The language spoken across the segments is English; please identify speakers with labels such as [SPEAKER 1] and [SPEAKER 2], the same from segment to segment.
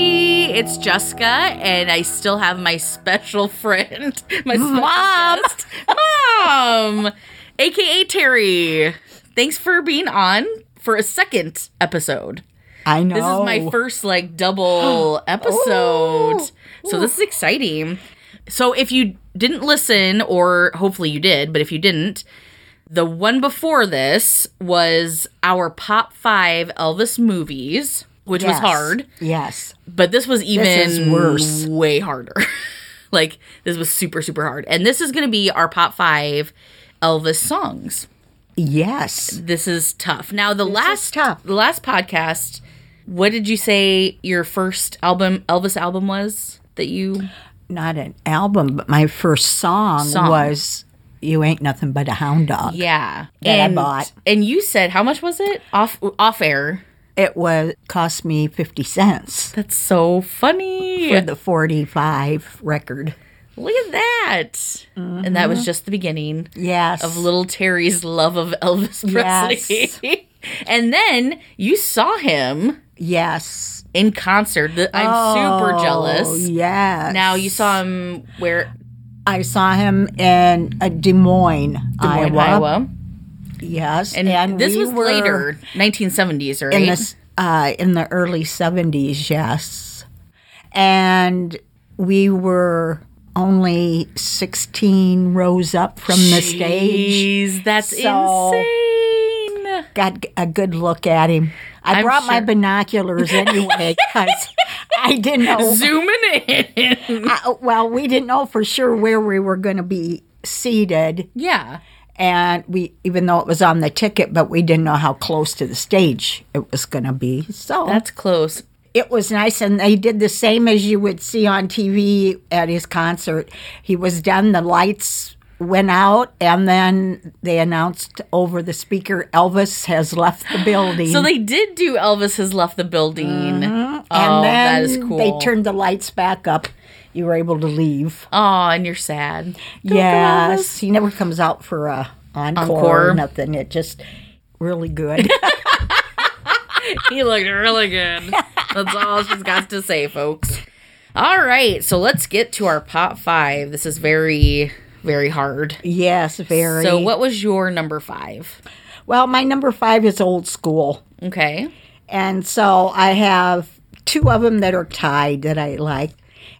[SPEAKER 1] it's Jessica, and I still have my special friend, my special
[SPEAKER 2] Mom.
[SPEAKER 1] guest, mom, aka Terry. Thanks for being on for a second episode.
[SPEAKER 2] I know.
[SPEAKER 1] This is my first like
[SPEAKER 2] Oh.
[SPEAKER 1] double episode. So this is exciting. So if you didn't listen or hopefully you did, but if you didn't, the one before this was our pop 5 Elvis movies, which was
[SPEAKER 2] Yes.
[SPEAKER 1] hard,
[SPEAKER 2] Yes.
[SPEAKER 1] but this was even
[SPEAKER 2] is worse.
[SPEAKER 1] way harder. like this was super super hard. And this is going to be our pop 5 Elvis songs
[SPEAKER 2] Yes.
[SPEAKER 1] this is tough. Now the last
[SPEAKER 2] tough.
[SPEAKER 1] the last podcast, what did you say your first album Elvis album was that you
[SPEAKER 2] Not an album, but my first song,
[SPEAKER 1] Song.
[SPEAKER 2] was "You Ain't Nothing But a Hound Dog."
[SPEAKER 1] yeah
[SPEAKER 2] That I bought.
[SPEAKER 1] and you said how much was it off off air?
[SPEAKER 2] It was cost me fifty cents
[SPEAKER 1] That's so funny.
[SPEAKER 2] for the forty-five record.
[SPEAKER 1] Look at that. And that
[SPEAKER 2] Uh-huh.
[SPEAKER 1] was just the beginning
[SPEAKER 2] Yes.
[SPEAKER 1] of little Terry's love of Elvis Presley. and then you saw him
[SPEAKER 2] yes.
[SPEAKER 1] in concert. The- I'm super
[SPEAKER 2] Oh,
[SPEAKER 1] jealous.
[SPEAKER 2] Yes.
[SPEAKER 1] Now you saw him where
[SPEAKER 2] I saw him in uh, Des Moines,
[SPEAKER 1] Iowa.
[SPEAKER 2] Iowa.
[SPEAKER 1] Iowa.
[SPEAKER 2] Yes,
[SPEAKER 1] And, this
[SPEAKER 2] we
[SPEAKER 1] was
[SPEAKER 2] were
[SPEAKER 1] later, 1970s, right?
[SPEAKER 2] in the s- uh, in the early seventies. Yes, and we were only sixteen rows up from the stage.
[SPEAKER 1] Jeez, that's
[SPEAKER 2] So-
[SPEAKER 1] insane.
[SPEAKER 2] Got g- a good look at him. I
[SPEAKER 1] I'm
[SPEAKER 2] brought my
[SPEAKER 1] sure.
[SPEAKER 2] binoculars anyway because I didn't know.
[SPEAKER 1] Zooming in.
[SPEAKER 2] I, well, we didn't know for sure where we were going to be seated,
[SPEAKER 1] yeah.
[SPEAKER 2] and we even though it was on the ticket, but we didn't know how close to the stage it was going to be. So
[SPEAKER 1] That's close.
[SPEAKER 2] it was nice and they did the same as you would see on tv at his concert he was done the lights went out and then they announced over the speaker elvis has left the building
[SPEAKER 1] So they did do Elvis has left the building.
[SPEAKER 2] Mm-hmm. and
[SPEAKER 1] oh,
[SPEAKER 2] then
[SPEAKER 1] that is cool.
[SPEAKER 2] they turned the lights back up you were able to leave
[SPEAKER 1] Oh, and you're sad.
[SPEAKER 2] yes he never comes out for a encore,
[SPEAKER 1] Encore.
[SPEAKER 2] or nothing it just really good
[SPEAKER 1] He looked really good. That's all she's got to say, folks. All right, so let's get to our pop five. This is very, very hard.
[SPEAKER 2] yes very
[SPEAKER 1] So, what was your number five?
[SPEAKER 2] well my number five is old school
[SPEAKER 1] Okay.
[SPEAKER 2] And so I have two of them that are tied that I like.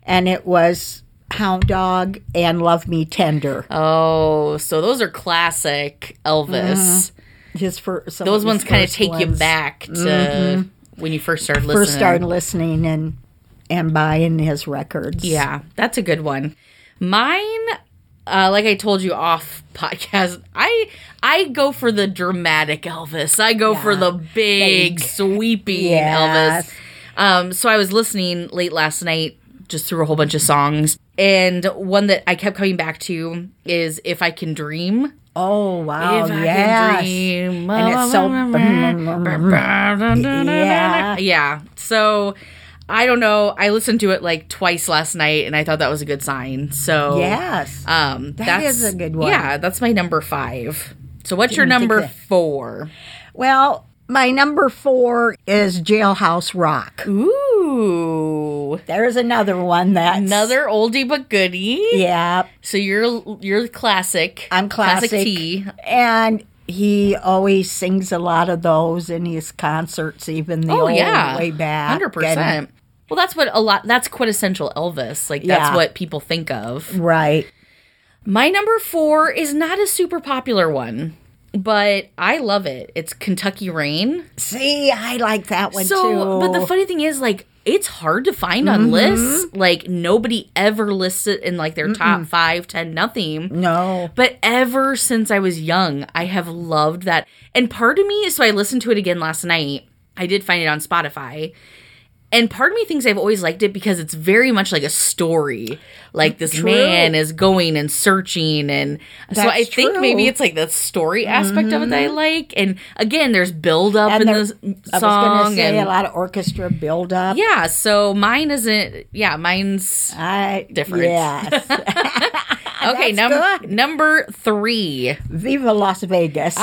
[SPEAKER 2] And it was Hound Dog and Love Me Tender.
[SPEAKER 1] Oh, so those are classic Elvis.
[SPEAKER 2] His Uh-huh. first, Mm-hmm.
[SPEAKER 1] Those ones kind of take you back to when you first started listening.
[SPEAKER 2] First started listening and and buying his records.
[SPEAKER 1] Yeah, that's a good one. Mine, uh, like I told you off podcast, I I go for the dramatic Elvis. I go for the big, sweeping
[SPEAKER 2] Yes.
[SPEAKER 1] Elvis. Um, so I was listening late last night, just through a whole bunch of songs, and one that I kept coming back to is "If I Can Dream."
[SPEAKER 2] Oh wow!
[SPEAKER 1] If I
[SPEAKER 2] yes.
[SPEAKER 1] can dream.
[SPEAKER 2] And it's so yeah.
[SPEAKER 1] Yeah. So I don't know. I listened to it like twice last night and I thought that was a good sign. So
[SPEAKER 2] Yes.
[SPEAKER 1] Um that
[SPEAKER 2] is a good one.
[SPEAKER 1] Yeah, that's my number 5. So what's your
[SPEAKER 2] Didn't think
[SPEAKER 1] number
[SPEAKER 2] that-
[SPEAKER 1] 4?
[SPEAKER 2] Well, my number four is Jailhouse Rock.
[SPEAKER 1] Ooh.
[SPEAKER 2] There's another one that's
[SPEAKER 1] Another oldie but goodie.
[SPEAKER 2] Yeah.
[SPEAKER 1] So you're you're classic.
[SPEAKER 2] I'm classic.
[SPEAKER 1] tea.
[SPEAKER 2] And he always sings a lot of those in his concerts, even the
[SPEAKER 1] Oh
[SPEAKER 2] old
[SPEAKER 1] yeah,
[SPEAKER 2] way back.
[SPEAKER 1] hundred percent. Well, that's what a lot. That's quintessential Elvis. Like that's
[SPEAKER 2] Yeah.
[SPEAKER 1] what people think of.
[SPEAKER 2] And- Right.
[SPEAKER 1] My number four is not a super popular one, but I love it. It's Kentucky Rain.
[SPEAKER 2] See, I like that one
[SPEAKER 1] So,
[SPEAKER 2] too. Mm-hmm.
[SPEAKER 1] but the funny thing is, like, it's hard to find on lists. Like, nobody ever lists it in like their top five, ten, nothing.
[SPEAKER 2] no.
[SPEAKER 1] But ever since I was young, I have loved that. And part of me, so I listened to it again last night. I did find it on Spotify. And part of me thinks I've always liked it because it's very much like a story. Like this
[SPEAKER 2] True.
[SPEAKER 1] man is going and searching and so
[SPEAKER 2] That's
[SPEAKER 1] I think maybe
[SPEAKER 2] true.
[SPEAKER 1] it's like the story aspect of it that I like. And again, there's build up in
[SPEAKER 2] there-
[SPEAKER 1] the
[SPEAKER 2] I
[SPEAKER 1] s-
[SPEAKER 2] was going to
[SPEAKER 1] song
[SPEAKER 2] say a
[SPEAKER 1] and
[SPEAKER 2] lot of orchestra buildup.
[SPEAKER 1] yeah, so mine isn't yeah, mine's
[SPEAKER 2] I,
[SPEAKER 1] Difference.
[SPEAKER 2] Yes.
[SPEAKER 1] okay,
[SPEAKER 2] Ah, that's
[SPEAKER 1] number number 3.
[SPEAKER 2] Viva Las Vegas.
[SPEAKER 1] Ah,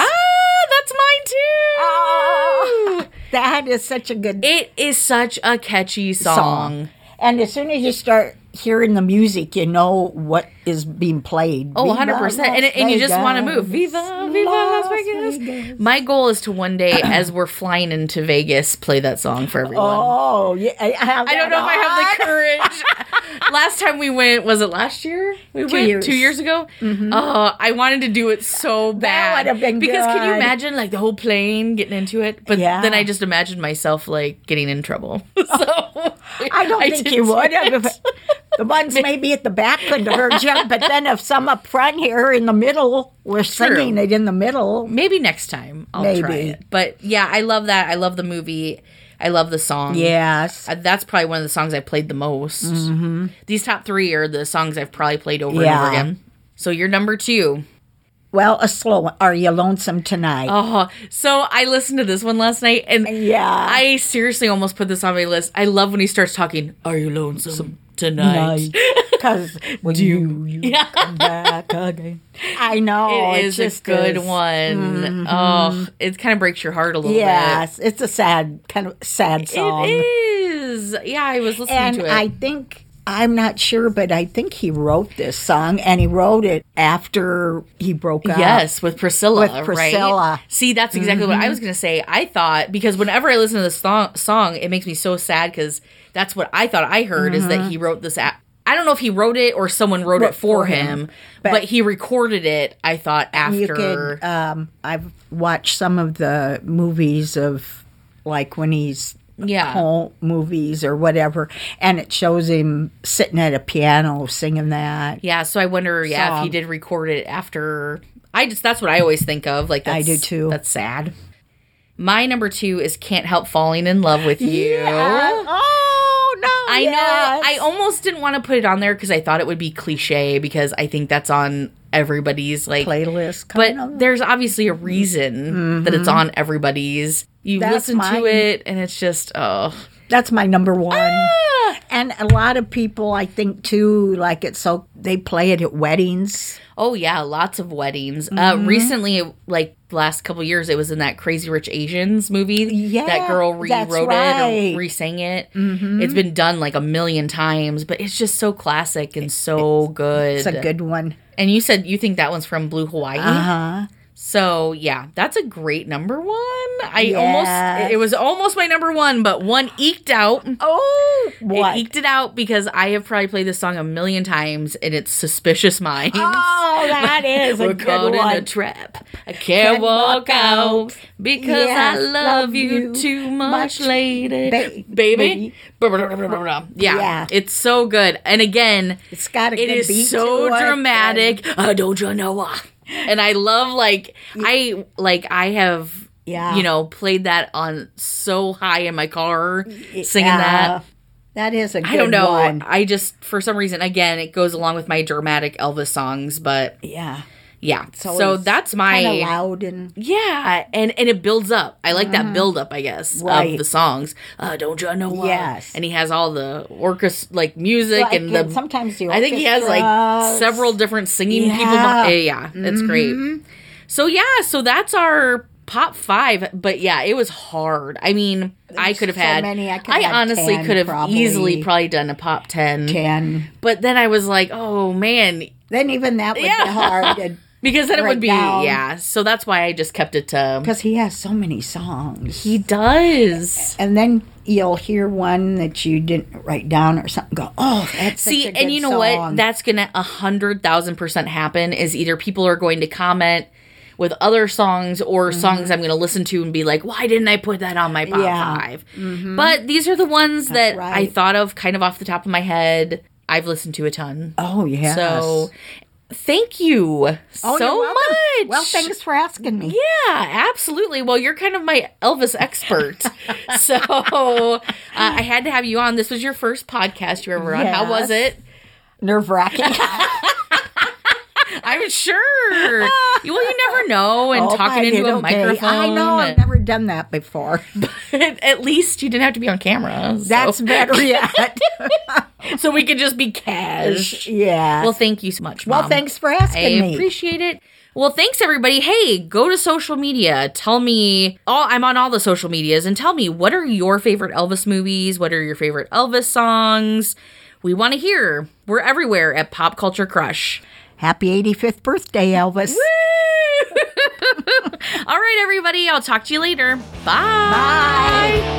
[SPEAKER 1] that's mine too.
[SPEAKER 2] Ah. Oh, that is such a good
[SPEAKER 1] It is such a catchy song.
[SPEAKER 2] Song. And as soon as you start hearing the music, you know what is being played.
[SPEAKER 1] Oh,
[SPEAKER 2] Viva
[SPEAKER 1] 100%. And,
[SPEAKER 2] Las
[SPEAKER 1] and you just want to
[SPEAKER 2] Vegas.
[SPEAKER 1] move. Viva, Viva Las Vegas. My goal is to one day, as we're flying into Vegas, play that song for everyone.
[SPEAKER 2] Oh, yeah. I, have
[SPEAKER 1] I don't know if I have the
[SPEAKER 2] current.
[SPEAKER 1] courage. last time we went, was it last year? We two went
[SPEAKER 2] years. Mm-hmm.
[SPEAKER 1] two years ago. Oh, I wanted to do it so bad
[SPEAKER 2] would've been
[SPEAKER 1] because can you
[SPEAKER 2] good.
[SPEAKER 1] imagine like the whole plane getting into it? But
[SPEAKER 2] Yeah.
[SPEAKER 1] then I just imagined myself like getting in trouble. so
[SPEAKER 2] I don't think you
[SPEAKER 1] didn't
[SPEAKER 2] would.
[SPEAKER 1] do it.
[SPEAKER 2] The ones maybe at the back couldn't have heard you, but then if some up front here in the middle were singing it in the middle,
[SPEAKER 1] Maybe next time I'll try
[SPEAKER 2] Maybe.
[SPEAKER 1] it. But yeah, I love that. I love the movie. I love the song.
[SPEAKER 2] yes,
[SPEAKER 1] Uh, That's probably one of the songs I played the most. These top three are the songs I've probably played over
[SPEAKER 2] Mm-hmm. Yeah.
[SPEAKER 1] and over again. So you're number two.
[SPEAKER 2] well, a slow one. Are you lonesome tonight?
[SPEAKER 1] Oh, so I listened to this one last night, and
[SPEAKER 2] yeah.
[SPEAKER 1] I seriously almost put this on my list. I love when he starts talking. Are you lonesome tonight?
[SPEAKER 2] Because when you, you
[SPEAKER 1] Yeah.
[SPEAKER 2] come back again. I know.
[SPEAKER 1] it is a
[SPEAKER 2] Oh, just Mm-hmm.
[SPEAKER 1] good
[SPEAKER 2] is-
[SPEAKER 1] one. Oh, it kind of breaks your heart a little
[SPEAKER 2] Yes, it's a sad, kind of sad
[SPEAKER 1] bit.
[SPEAKER 2] song.
[SPEAKER 1] It is. Yeah, I was listening
[SPEAKER 2] And
[SPEAKER 1] to it.
[SPEAKER 2] I think I'm not sure, but I think he wrote this song, and he wrote it after he broke up.
[SPEAKER 1] Yes, with Priscilla.
[SPEAKER 2] With Priscilla. Mm-hmm.
[SPEAKER 1] Right? See, that's exactly what I was going to say. I thought because whenever I listen to this song, song it makes me so sad because that's what I thought I heard is
[SPEAKER 2] Mm-hmm.
[SPEAKER 1] that he wrote this. a I don't know if he wrote it or someone wrote it for him, but, he recorded it. I thought after.
[SPEAKER 2] you could. Um, I've watched some of the movies of, like when he's
[SPEAKER 1] Yeah.
[SPEAKER 2] home movies or whatever, and it shows him sitting at a piano singing that.
[SPEAKER 1] yeah, so I wonder. Yeah, if he
[SPEAKER 2] Song.
[SPEAKER 1] did record it after. I just that's what I always think of. Like that's,
[SPEAKER 2] I do too.
[SPEAKER 1] That's sad. My number two is can't help falling in love with you.
[SPEAKER 2] Yeah. Oh no!
[SPEAKER 1] I
[SPEAKER 2] yes.
[SPEAKER 1] know. I almost didn't want to put it on there because I thought it would be cliche because I think that's on everybody's like
[SPEAKER 2] playlist.
[SPEAKER 1] But
[SPEAKER 2] Kind of.
[SPEAKER 1] there's obviously a reason that it's on everybody's. You
[SPEAKER 2] Mm-hmm. That's
[SPEAKER 1] listen
[SPEAKER 2] mine.
[SPEAKER 1] to it and it's just oh
[SPEAKER 2] That's my number one.
[SPEAKER 1] Ah!
[SPEAKER 2] And a lot of people, I think, too, like it. So they play it at weddings.
[SPEAKER 1] oh yeah, lots of weddings.
[SPEAKER 2] Mm-hmm.
[SPEAKER 1] Uh, recently, like last couple years, it was in that Crazy Rich Asians movie.
[SPEAKER 2] Yeah,
[SPEAKER 1] that girl
[SPEAKER 2] that's
[SPEAKER 1] rewrote it
[SPEAKER 2] right. Mm-hmm.
[SPEAKER 1] or resang it. It's been done like a million times, but it's just so classic and so good.
[SPEAKER 2] It's a good one.
[SPEAKER 1] And you said you think that one's from Blue Hawaii. Uh-huh.
[SPEAKER 2] Uh huh.
[SPEAKER 1] So yeah, that's a great number one. I
[SPEAKER 2] Yes.
[SPEAKER 1] almost it was almost my number one, but one eked out.
[SPEAKER 2] Oh,
[SPEAKER 1] It
[SPEAKER 2] what?
[SPEAKER 1] eked it out because I have probably played this song a million times and it's suspicious minds.
[SPEAKER 2] Oh, that is a
[SPEAKER 1] We're caught
[SPEAKER 2] good
[SPEAKER 1] in a
[SPEAKER 2] one.
[SPEAKER 1] trap. I can't walk
[SPEAKER 2] walk out
[SPEAKER 1] out because I
[SPEAKER 2] Yes,
[SPEAKER 1] love, you, too much,
[SPEAKER 2] much,
[SPEAKER 1] lady.
[SPEAKER 2] ba-
[SPEAKER 1] baby.
[SPEAKER 2] baby.
[SPEAKER 1] Blah, blah, blah, blah, blah, blah. Yeah,
[SPEAKER 2] Yeah.
[SPEAKER 1] it's so good. And again,
[SPEAKER 2] It's got a
[SPEAKER 1] it
[SPEAKER 2] good beat
[SPEAKER 1] is so
[SPEAKER 2] to it,
[SPEAKER 1] dramatic. Uh, don't you know? uh, And I love like I like I have
[SPEAKER 2] Yeah.
[SPEAKER 1] you know played that on so high in my car
[SPEAKER 2] and-
[SPEAKER 1] singing
[SPEAKER 2] Yeah.
[SPEAKER 1] that.
[SPEAKER 2] That is a good
[SPEAKER 1] I don't know.
[SPEAKER 2] one.
[SPEAKER 1] I just for some reason again it goes along with my dramatic Elvis songs, but
[SPEAKER 2] Yeah.
[SPEAKER 1] yeah. So
[SPEAKER 2] always
[SPEAKER 1] that's my
[SPEAKER 2] Kind of loud and
[SPEAKER 1] yeah, and and it builds up. I like that build up, I guess, of
[SPEAKER 2] Right.
[SPEAKER 1] the songs. Uh, don't you know why?
[SPEAKER 2] Yes.
[SPEAKER 1] And he has all the orchestra like music
[SPEAKER 2] Like,
[SPEAKER 1] and the
[SPEAKER 2] sometimes the
[SPEAKER 1] I think he has like
[SPEAKER 2] orchestras.
[SPEAKER 1] several different singing people.
[SPEAKER 2] Yeah.
[SPEAKER 1] Uh,
[SPEAKER 2] Mm-hmm.
[SPEAKER 1] yeah, it's great. So yeah, so that's our pop five. But yeah, it was hard. I mean, I could have
[SPEAKER 2] so
[SPEAKER 1] had.
[SPEAKER 2] many. I could
[SPEAKER 1] I
[SPEAKER 2] have had
[SPEAKER 1] honestly
[SPEAKER 2] 10
[SPEAKER 1] could have
[SPEAKER 2] probably.
[SPEAKER 1] easily probably done a pop 10.
[SPEAKER 2] ten.
[SPEAKER 1] But then I was like, oh man,
[SPEAKER 2] Then even that would be hard. and-
[SPEAKER 1] because then it would
[SPEAKER 2] Right
[SPEAKER 1] be
[SPEAKER 2] down.
[SPEAKER 1] yeah. So that's why I just kept it to.
[SPEAKER 2] because he has so many songs.
[SPEAKER 1] He does.
[SPEAKER 2] and then you'll hear one that you didn't write down or something. Go, oh, that's such
[SPEAKER 1] See,
[SPEAKER 2] a
[SPEAKER 1] and
[SPEAKER 2] good
[SPEAKER 1] you know
[SPEAKER 2] song."
[SPEAKER 1] what? That's gonna a hundred thousand percent happen. Is either people are going to comment with other songs or
[SPEAKER 2] Mm-hmm.
[SPEAKER 1] songs I'm gonna listen to and be like, why didn't I put that on my pop
[SPEAKER 2] Yeah.
[SPEAKER 1] 5
[SPEAKER 2] Mm-hmm.
[SPEAKER 1] But these are the ones that I
[SPEAKER 2] right.
[SPEAKER 1] thought of kind of off the top of my head. I've listened to a ton.
[SPEAKER 2] oh yes.
[SPEAKER 1] So thank you so
[SPEAKER 2] Oh, you're welcome.
[SPEAKER 1] much.
[SPEAKER 2] Well, thanks for asking me.
[SPEAKER 1] Yeah, absolutely. Well, you're kind of my Elvis expert. so uh, I had to have you on. This was your first podcast you were ever on. How was
[SPEAKER 2] Yes.
[SPEAKER 1] it?
[SPEAKER 2] Nerve wracking.
[SPEAKER 1] I'm sure. well, you never know. And
[SPEAKER 2] Oh,
[SPEAKER 1] talking into a microphone.
[SPEAKER 2] I know. I've never done that before.
[SPEAKER 1] At least you didn't have to be on camera. so-
[SPEAKER 2] That's better yet.
[SPEAKER 1] so we could just be cash.
[SPEAKER 2] Yeah.
[SPEAKER 1] Well, thank you so much.
[SPEAKER 2] Well,
[SPEAKER 1] Mom.
[SPEAKER 2] thanks for asking
[SPEAKER 1] Um, I
[SPEAKER 2] me.
[SPEAKER 1] appreciate it. Well, thanks everybody. Hey, go to social media. Tell me all I'm on all the social medias and tell me what are your favorite Elvis movies? What are your favorite Elvis songs? We want to hear. We're everywhere at Pop Culture Crush.
[SPEAKER 2] Happy 85th birthday, Elvis.
[SPEAKER 1] all right, everybody. I'll talk to you later. Bye.
[SPEAKER 2] Bye.